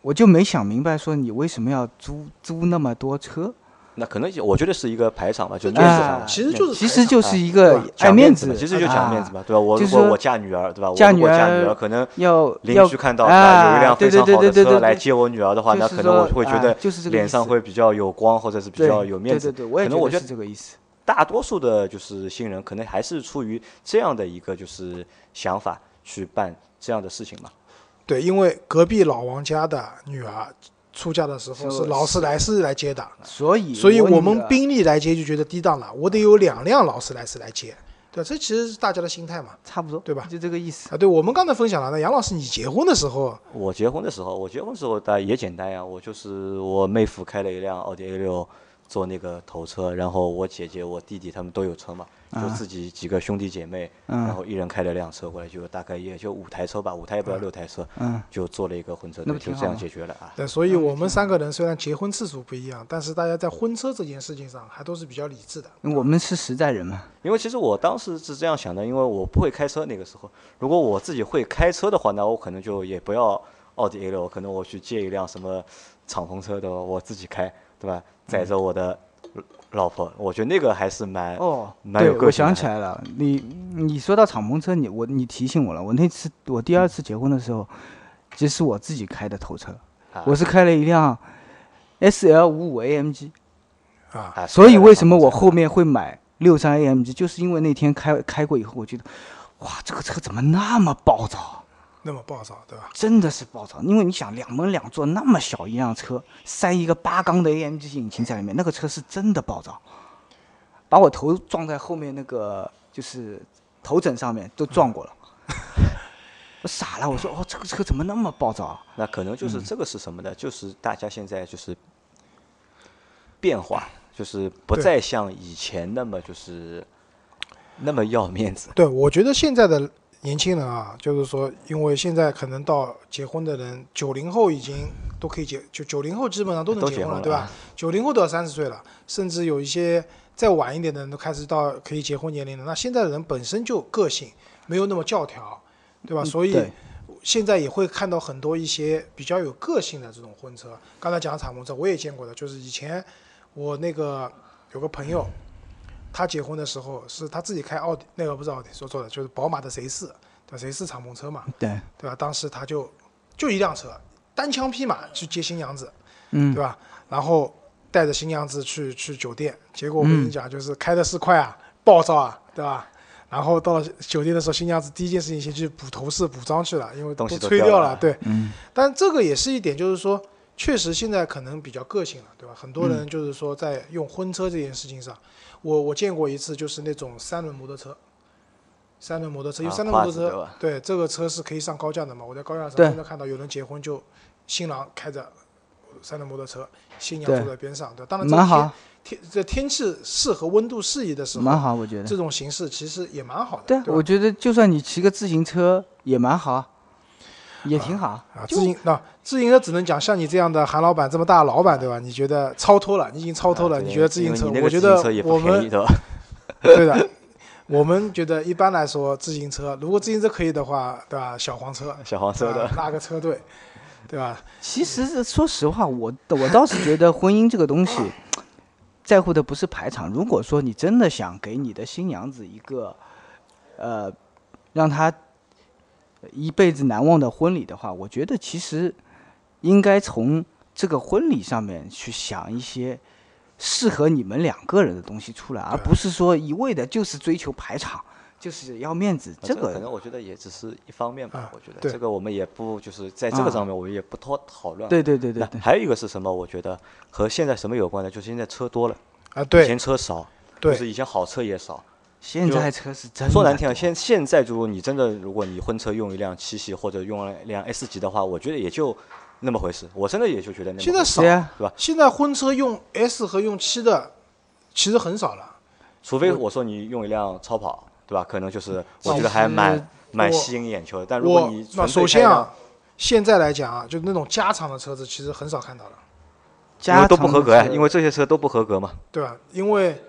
[SPEAKER 4] 我就没想明白说你为什么要租租那么多车，
[SPEAKER 3] 那可能就我觉得是一个排场吧，就
[SPEAKER 2] 这
[SPEAKER 3] 面
[SPEAKER 2] 就
[SPEAKER 3] 子
[SPEAKER 2] 是
[SPEAKER 3] 上
[SPEAKER 4] 啊
[SPEAKER 3] 的，
[SPEAKER 2] 其实就是
[SPEAKER 4] 其实就是一
[SPEAKER 2] 对
[SPEAKER 4] 个
[SPEAKER 2] 吧
[SPEAKER 4] 爱
[SPEAKER 3] 讲面
[SPEAKER 4] 哎子
[SPEAKER 3] 嘛，其实就讲面子
[SPEAKER 4] 啊
[SPEAKER 3] 嘛，对吧？我
[SPEAKER 4] 就
[SPEAKER 3] 如
[SPEAKER 4] 是
[SPEAKER 3] 果
[SPEAKER 4] 说
[SPEAKER 3] 我嫁女儿，对吧？我
[SPEAKER 4] 嫁
[SPEAKER 3] 如果
[SPEAKER 4] 女
[SPEAKER 3] 嫁
[SPEAKER 4] 儿
[SPEAKER 3] 女儿，可能
[SPEAKER 4] 要
[SPEAKER 3] 邻
[SPEAKER 4] 要
[SPEAKER 3] 居看到对吧，
[SPEAKER 4] 啊
[SPEAKER 3] 有一辆非
[SPEAKER 4] 对对
[SPEAKER 3] 常
[SPEAKER 4] 对
[SPEAKER 3] 好的
[SPEAKER 4] 对对
[SPEAKER 3] 车来
[SPEAKER 4] 对
[SPEAKER 3] 接我女儿的话，
[SPEAKER 4] 就
[SPEAKER 3] 那
[SPEAKER 4] 是
[SPEAKER 3] 可能我
[SPEAKER 4] 说
[SPEAKER 3] 会觉
[SPEAKER 4] 啊
[SPEAKER 3] 得
[SPEAKER 4] 就是这个
[SPEAKER 3] 脸
[SPEAKER 4] 意
[SPEAKER 3] 上
[SPEAKER 4] 思
[SPEAKER 3] 会比较有光，或者是比
[SPEAKER 4] 对
[SPEAKER 3] 较有面子。
[SPEAKER 4] 对对对，我也
[SPEAKER 3] 可能我
[SPEAKER 4] 觉
[SPEAKER 3] 觉
[SPEAKER 4] 是
[SPEAKER 3] 得
[SPEAKER 4] 这个意思。
[SPEAKER 3] 大多数的就是新人，可能还是出于这样的一个就是想法去办这样的事情嘛。
[SPEAKER 2] 对，因为隔壁老王家的女儿出嫁的时候
[SPEAKER 4] 是
[SPEAKER 2] 是劳斯莱斯来接的，
[SPEAKER 4] 所以
[SPEAKER 2] 所以我们
[SPEAKER 4] 女儿
[SPEAKER 2] 宾利来接就觉得低档了，我得有两辆劳斯莱斯来接，对，这其实是大家的心态嘛。
[SPEAKER 4] 差不多
[SPEAKER 2] 对吧
[SPEAKER 4] 就这个意思。
[SPEAKER 2] 啊，对，我们刚才分享了，那杨老师，你结婚的时候，
[SPEAKER 3] 我结婚的时候，我结婚的时候大也简单呀，我就是我妹夫开了一辆奥迪 A 六做那个头车，然后我姐姐、我弟弟他们都有车嘛，
[SPEAKER 4] 啊
[SPEAKER 3] 就自己几个兄弟姐妹，
[SPEAKER 4] 嗯
[SPEAKER 3] 然后一人开了辆车过来，就大概也就五台车吧，五台也不要六台车，
[SPEAKER 4] 嗯
[SPEAKER 3] 就做了一个混车
[SPEAKER 4] 那不
[SPEAKER 3] 队，就
[SPEAKER 4] 挺
[SPEAKER 3] 这样
[SPEAKER 4] 好
[SPEAKER 3] 解决了啊。
[SPEAKER 2] 对，所以我们三个人虽然结婚次数不一样，但是大家在婚车这件事情上还都是比较理智的。
[SPEAKER 4] 我们是实在人嘛，
[SPEAKER 3] 因为其实我当时是这样想的，因为我不会开车那个时候，如果我自己会开车的话，那我可能就也不要奥迪 A 六，可能我去借一辆什么敞篷车，对吧？我自己开，对吧？载着我的老婆，我觉得那个还是蛮
[SPEAKER 4] 哦，
[SPEAKER 3] 蛮
[SPEAKER 4] 对，
[SPEAKER 3] 有
[SPEAKER 4] 我
[SPEAKER 3] 哎个性
[SPEAKER 4] 想
[SPEAKER 3] 的
[SPEAKER 4] 起来了，你你说到敞篷车，你我你提醒我了。我那次我第二次结婚的时候，其实是我自己开的头车，
[SPEAKER 3] 啊
[SPEAKER 4] 我是开了一辆 S L 五五 A M G，
[SPEAKER 2] 啊，
[SPEAKER 3] 啊。
[SPEAKER 4] 所以
[SPEAKER 3] 是的
[SPEAKER 4] 为什么我
[SPEAKER 3] 敞篷车
[SPEAKER 4] 后面会买六三 A M G，就是因为那天开开过以后，我觉得哇，这个车怎么那么暴躁？啊
[SPEAKER 2] 那么暴躁，对吧？
[SPEAKER 4] 真的是暴躁，因为你想两门两座那么小一辆车，塞一个八缸的 AMG 引擎在里面，那个车是真的暴躁，把我头撞在后面那个就是头枕上面都撞过了， 我傻了，我说哦这个车怎么那么暴躁啊？
[SPEAKER 3] 那可能
[SPEAKER 2] 嗯
[SPEAKER 3] 就是这个是什么呢？就是大家现在就是变化，就是不
[SPEAKER 2] 对
[SPEAKER 3] 再像以前那么就是那么要面子。
[SPEAKER 2] 对，我觉得现在的年轻人啊，就是说，因为现在可能到结婚的人，九零后已经都可以结，就九零后基本上都能
[SPEAKER 3] 都
[SPEAKER 2] 结
[SPEAKER 3] 结
[SPEAKER 2] 婚
[SPEAKER 3] 婚
[SPEAKER 2] 了，
[SPEAKER 3] 了
[SPEAKER 2] 对吧
[SPEAKER 3] 啊？
[SPEAKER 2] 九零后都要三十岁了，甚至有一些再晚一点的人都开始到可以结婚年龄了。那现在的人本身就个性没有那么教条，对
[SPEAKER 3] 嗯
[SPEAKER 2] 吧？所以
[SPEAKER 4] 对
[SPEAKER 2] 现在也会看到很多一些比较有个性的这种婚车。刚才讲的敞篷车，我也见过的，就是以前我那个有个朋友，他结婚的时候是他自己开奥迪，那个不是奥迪，说错了，就是宝马的 Z 四，对吧？Z 四敞篷车嘛，
[SPEAKER 4] 对，
[SPEAKER 2] 对吧？当时他就就一辆车，单枪匹马去接新娘子，
[SPEAKER 4] 嗯
[SPEAKER 2] 对吧？然后带着新娘子去去酒店，结果我跟你讲，就是开的是快啊，暴躁啊，对吧？然后到了酒店的时候，新娘子第一件事情先去补头饰、补妆去了，因为
[SPEAKER 3] 东西都
[SPEAKER 2] 吹
[SPEAKER 3] 掉
[SPEAKER 2] 掉
[SPEAKER 3] 了
[SPEAKER 2] 了。对，但这个也是一点，就是说，确实现在可能比较个性了，对吧？很多人就是说在用婚车这件事情上，我我见过一次，就是那种三轮摩托车。三轮摩托车，因为
[SPEAKER 3] 啊
[SPEAKER 2] 三轮摩
[SPEAKER 3] 胯
[SPEAKER 2] 托
[SPEAKER 3] 子对
[SPEAKER 2] 车
[SPEAKER 3] 吧，
[SPEAKER 2] 对这个车是可以上高架的嘛。我在高架上
[SPEAKER 4] 对
[SPEAKER 2] 真的看到有人结婚就新郎开着三轮摩托车，新娘
[SPEAKER 4] 对
[SPEAKER 2] 坐在边上，对吧，当然这
[SPEAKER 4] 蛮好，
[SPEAKER 2] 天天这天气适合、温度适宜的时
[SPEAKER 4] 蛮
[SPEAKER 2] 候，
[SPEAKER 4] 好，我觉
[SPEAKER 2] 这
[SPEAKER 4] 得。
[SPEAKER 2] 种形式其实也蛮好的，
[SPEAKER 4] 对
[SPEAKER 2] 对
[SPEAKER 4] 啊，
[SPEAKER 2] 吧
[SPEAKER 4] 我觉得就算你骑个自行车也蛮好啊，也挺好啊。
[SPEAKER 2] 啊，自营那、自营车只能讲像你这样的韩老板这么大的老板，对吧？你觉得超脱了，你已经超脱了，
[SPEAKER 3] 啊对
[SPEAKER 2] 你觉得自
[SPEAKER 3] 因
[SPEAKER 2] 行车？
[SPEAKER 3] 为你那个
[SPEAKER 2] 我觉
[SPEAKER 3] 自行
[SPEAKER 2] 得
[SPEAKER 3] 车也
[SPEAKER 2] 我
[SPEAKER 3] 不便宜，
[SPEAKER 2] 们
[SPEAKER 3] 对吧？
[SPEAKER 2] 对的，我们觉得一般来说，自行车如果自行车可以的话，对吧？小黄车，
[SPEAKER 3] 小黄车
[SPEAKER 2] 对
[SPEAKER 3] 的
[SPEAKER 2] 吧，拉个车队，对吧？
[SPEAKER 4] 其实是说实话，我我倒是觉得婚姻这个东西， 在乎的不是排场。如果说你真的想给你的新娘子一个，呃，让她一辈子难忘的婚礼的话，我觉得其实应该从这个婚礼上面去想一些适合你们两个人的东西出来，而不是说一味的就是追求排场，就是要面子。
[SPEAKER 3] 啊
[SPEAKER 4] 这
[SPEAKER 3] 可能
[SPEAKER 4] 个
[SPEAKER 3] 我觉得也只是一方面吧
[SPEAKER 2] 啊。
[SPEAKER 3] 我觉得
[SPEAKER 2] 对啊
[SPEAKER 3] 这个我们也不就是在这个上面，我们也不讨讨论。
[SPEAKER 4] 对对对对
[SPEAKER 3] 那
[SPEAKER 4] 对，
[SPEAKER 3] 还有一个是什么？我觉得和现在什么有关呢？就是现在车多了，
[SPEAKER 2] 啊，
[SPEAKER 3] 以
[SPEAKER 2] 对
[SPEAKER 3] 前车少，就
[SPEAKER 2] 对
[SPEAKER 3] 是以前好车也少。
[SPEAKER 4] 现在车是真的
[SPEAKER 3] 说难听啊，
[SPEAKER 4] 多
[SPEAKER 3] 现现在如果你真的如果你婚车用一辆七系或者用一辆 S 级的话，我觉得也就那么回事。我真的也就觉得那么回事。
[SPEAKER 2] 现在少
[SPEAKER 4] 对啊
[SPEAKER 3] 对吧？
[SPEAKER 2] 现在婚车用 S 和用七的其实很少了。
[SPEAKER 3] 除非我说你用一辆超跑，对吧？可能就是我觉
[SPEAKER 4] 其
[SPEAKER 3] 得还
[SPEAKER 4] 实
[SPEAKER 3] 蛮
[SPEAKER 2] 嗯
[SPEAKER 3] 蛮
[SPEAKER 2] 我
[SPEAKER 3] 吸引眼球的。但如果
[SPEAKER 2] 我
[SPEAKER 3] 你
[SPEAKER 2] 那
[SPEAKER 3] 纯
[SPEAKER 2] 首
[SPEAKER 3] 粹开一
[SPEAKER 2] 先
[SPEAKER 3] 辆
[SPEAKER 2] 啊，现在来讲啊，就那种加长的车子其实很少看到了，
[SPEAKER 3] 因为
[SPEAKER 4] 家
[SPEAKER 3] 都不
[SPEAKER 4] 常
[SPEAKER 3] 合格呀，
[SPEAKER 4] 车
[SPEAKER 3] 因为这些车都不合格嘛。
[SPEAKER 2] 对吧？因为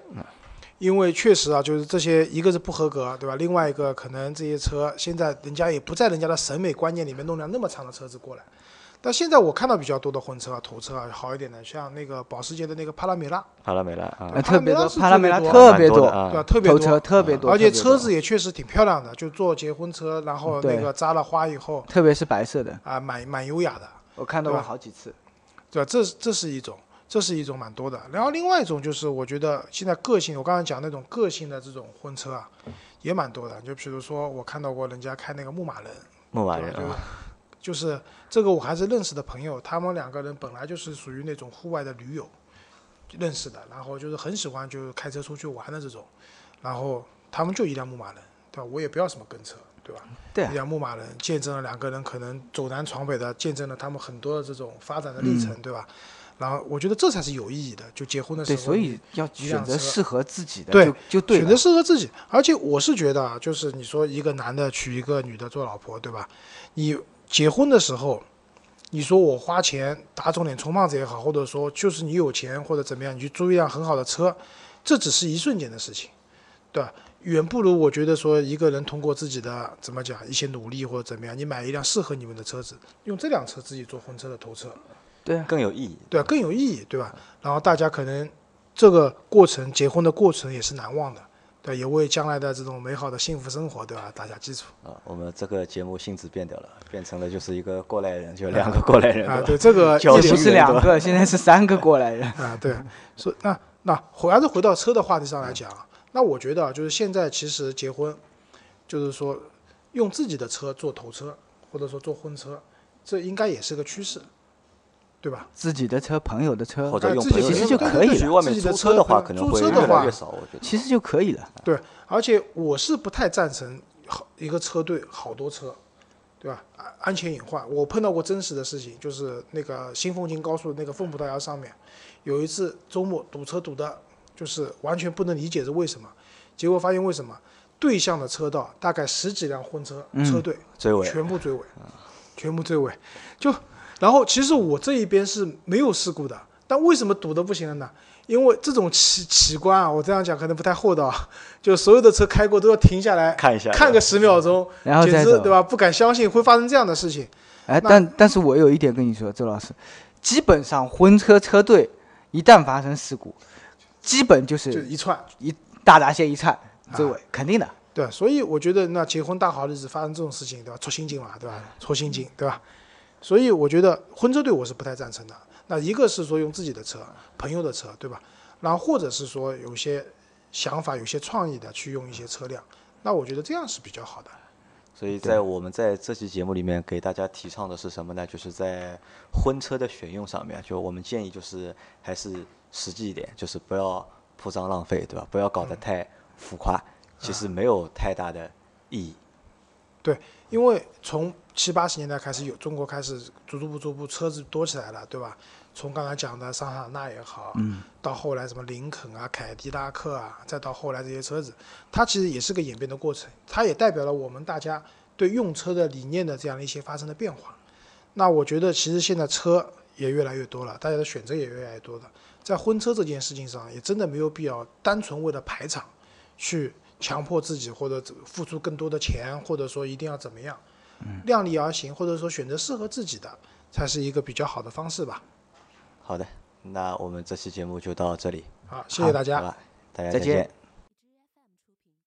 [SPEAKER 2] 因为确实啊，就是这些一个是不合格，啊对吧？另外一个可能这些车现在人家也不在人家的审美观念里面弄辆那么长的车子过来，但现在我看到比较多的婚车啊、土车啊，好一点的，像那个保时捷的那个帕拉梅拉，
[SPEAKER 3] 帕拉梅拉啊，
[SPEAKER 4] 呃
[SPEAKER 2] 哎
[SPEAKER 4] 特别
[SPEAKER 2] 帕
[SPEAKER 4] 多，帕
[SPEAKER 2] 拉
[SPEAKER 4] 拉
[SPEAKER 2] 梅
[SPEAKER 4] 梅
[SPEAKER 2] 拉
[SPEAKER 4] 拉
[SPEAKER 2] 是最
[SPEAKER 4] 特别
[SPEAKER 3] 蛮多
[SPEAKER 4] 多
[SPEAKER 3] 的，啊
[SPEAKER 2] 对吧、特别
[SPEAKER 4] 头
[SPEAKER 2] 多，
[SPEAKER 4] 车特别多，
[SPEAKER 2] 而且
[SPEAKER 4] 特别
[SPEAKER 2] 车
[SPEAKER 4] 多
[SPEAKER 2] 子也确实挺漂亮的，就做结婚车，然后那
[SPEAKER 4] 对
[SPEAKER 2] 个扎了花以后
[SPEAKER 4] 特别是白色的，
[SPEAKER 2] 啊、蛮蛮优雅的，
[SPEAKER 4] 我看到
[SPEAKER 2] 对
[SPEAKER 4] 过
[SPEAKER 2] 吧
[SPEAKER 4] 好几次。
[SPEAKER 2] 对吧？这是这是一种，这是一种蛮多的。然后另外一种就是，我觉得现在个性，我刚才讲那种个性的这种婚车啊，也蛮多的。就比如说，我看到过人家开那个牧马人，
[SPEAKER 3] 牧马
[SPEAKER 2] 对
[SPEAKER 3] 人
[SPEAKER 2] 吧？
[SPEAKER 3] 啊，
[SPEAKER 2] 就是就是这个我还是认识的朋友，他们两个人本来就是属于那种户外的驴友认识的，然后就是很喜欢就是开车出去玩的这种，然后他们就一辆牧马人，对吧？我也不要什么跟车，对吧？
[SPEAKER 4] 对啊
[SPEAKER 2] 一辆牧马人见证了两个人可能走南闯北的，见证了他们很多的这种发展的历
[SPEAKER 4] 嗯
[SPEAKER 2] 程，对吧？然后我觉得这才是有意义的，就结婚的时
[SPEAKER 4] 对，
[SPEAKER 2] 候，
[SPEAKER 4] 所以要
[SPEAKER 2] 一辆
[SPEAKER 4] 选择
[SPEAKER 2] 车
[SPEAKER 4] 适合自己的，
[SPEAKER 2] 对
[SPEAKER 4] 就就对
[SPEAKER 2] 选
[SPEAKER 4] 了
[SPEAKER 2] 择适合自己。而且我是觉得啊，就是你说一个男的娶一个女的做老婆，对吧？你结婚的时候，你说我花钱打肿脸充胖子也好，或者说就是你有钱或者怎么样，你去租一辆很好的车，这只是一瞬间的事情，对吧？远不如我觉得说一个人通过自己的怎么讲一些努力或者怎么样，你买一辆适合你们的车子，用这辆车自己做婚车的头车，
[SPEAKER 4] 对啊，
[SPEAKER 3] 更有意义。
[SPEAKER 2] 对吧、更有意义，对吧？然后大家可能这个过程，结婚的过程也是难忘的，对，啊也为将来的这种美好的幸福生活，对吧？打下基础
[SPEAKER 3] 啊，我们这个节目性质变掉了，变成了就是一个过来人，就两个过来人
[SPEAKER 2] 啊，
[SPEAKER 3] 对吧
[SPEAKER 2] 对这 个
[SPEAKER 3] 交
[SPEAKER 2] 一
[SPEAKER 4] 也
[SPEAKER 3] 流
[SPEAKER 2] 点
[SPEAKER 4] 不
[SPEAKER 3] 资
[SPEAKER 4] 是
[SPEAKER 3] 源
[SPEAKER 4] 两
[SPEAKER 3] 多
[SPEAKER 4] 个， 现在是三个过来人。
[SPEAKER 2] 啊，对，所以那那回还是回到车的话题上来讲啊，那我觉得啊，就是现在其实结婚，就是说用自己的车做头车，或者说做婚车，这应该也是个趋势，对吧？
[SPEAKER 4] 自己的车、朋友的车
[SPEAKER 3] 或，者
[SPEAKER 2] 哎
[SPEAKER 3] 用
[SPEAKER 2] 自己
[SPEAKER 3] 朋友
[SPEAKER 4] 其
[SPEAKER 3] 的
[SPEAKER 4] 实
[SPEAKER 3] 车
[SPEAKER 4] 就可以
[SPEAKER 3] 至于
[SPEAKER 2] 了
[SPEAKER 3] 外
[SPEAKER 2] 自
[SPEAKER 3] 面
[SPEAKER 2] 己的
[SPEAKER 3] 租
[SPEAKER 2] 车
[SPEAKER 3] 的话，
[SPEAKER 2] 可
[SPEAKER 3] 可
[SPEAKER 2] 能
[SPEAKER 3] 能
[SPEAKER 2] 租
[SPEAKER 3] 会
[SPEAKER 2] 车的
[SPEAKER 3] 越来
[SPEAKER 2] 话
[SPEAKER 3] 越少，我觉得。
[SPEAKER 4] 其实就可以了。
[SPEAKER 2] 对，而且我是不太赞成好一个车队好多车，对吧？安安全隐患，我碰到过真实的事情，就是那个新凤京高速那个凤浦大桥上面，有一次周末堵车堵的，就是完全不能理解是为什么，结果发现为什么对向的车道大概十几辆婚车车队、
[SPEAKER 3] 追尾
[SPEAKER 2] 全部追尾，全部追尾，就然后其实我这一边是没有事故的，但为什么堵的不行了呢？因为这种奇奇观啊，我这样讲可能不太厚道啊，就所有的车开过都要停下来
[SPEAKER 3] 看一下
[SPEAKER 2] 看个十秒钟，
[SPEAKER 4] 嗯然后
[SPEAKER 2] 简
[SPEAKER 4] 再
[SPEAKER 2] 直
[SPEAKER 4] 走
[SPEAKER 2] 对吧？不敢相信会发生这样的事情。
[SPEAKER 4] 哎，
[SPEAKER 2] 那
[SPEAKER 4] 但但是我有一点跟你说，周老师，基本上婚车车队一旦发生事故，基本就
[SPEAKER 2] 就是啊一串。
[SPEAKER 4] 一大闸蟹一颤追尾，肯定的。
[SPEAKER 2] 对，所以我觉得那结婚大好日子发生这种事情，对吧？戳心经嘛，对吧？戳心经，对吧？所以我觉得婚车队我是不太赞成的。那一个是说用自己的车、朋友的车，对吧？然后或者是说有些想法、有些创意的去用一些车辆，那我觉得这样是比较好的。
[SPEAKER 3] 所以在我们在这期节目里面给大家提倡的是什么呢？就是在婚车的选用上面，就我们建议就是还是实际一点，就是不要铺张浪费，对吧？不要搞得太浮夸，
[SPEAKER 2] 嗯
[SPEAKER 3] 其实没有太大的意义。
[SPEAKER 2] 对，因为从七八十年代开始有中国开始逐步逐步车子多起来了，对吧？从刚才讲的桑塔纳也好，到后来什么林肯啊、凯迪拉克啊，再到后来这些车子，它其实也是个演变的过程，它也代表了我们大家对用车的理念的这样的一些发生的变化。那我觉得其实现在车也越来越多了，大家的选择也越来越多了，在婚车这件事情上，也真的没有必要单纯为了排场去强迫自己或者付出更多的钱，或者说一定要怎么样，量力而行，或者说选择适合自己的，才是一个比较好的方式吧。
[SPEAKER 3] 好的，那我们这期节目就到这里，
[SPEAKER 2] 好，谢谢大家
[SPEAKER 3] 好。吧？大家
[SPEAKER 4] 再
[SPEAKER 3] 再
[SPEAKER 4] 见
[SPEAKER 3] 见。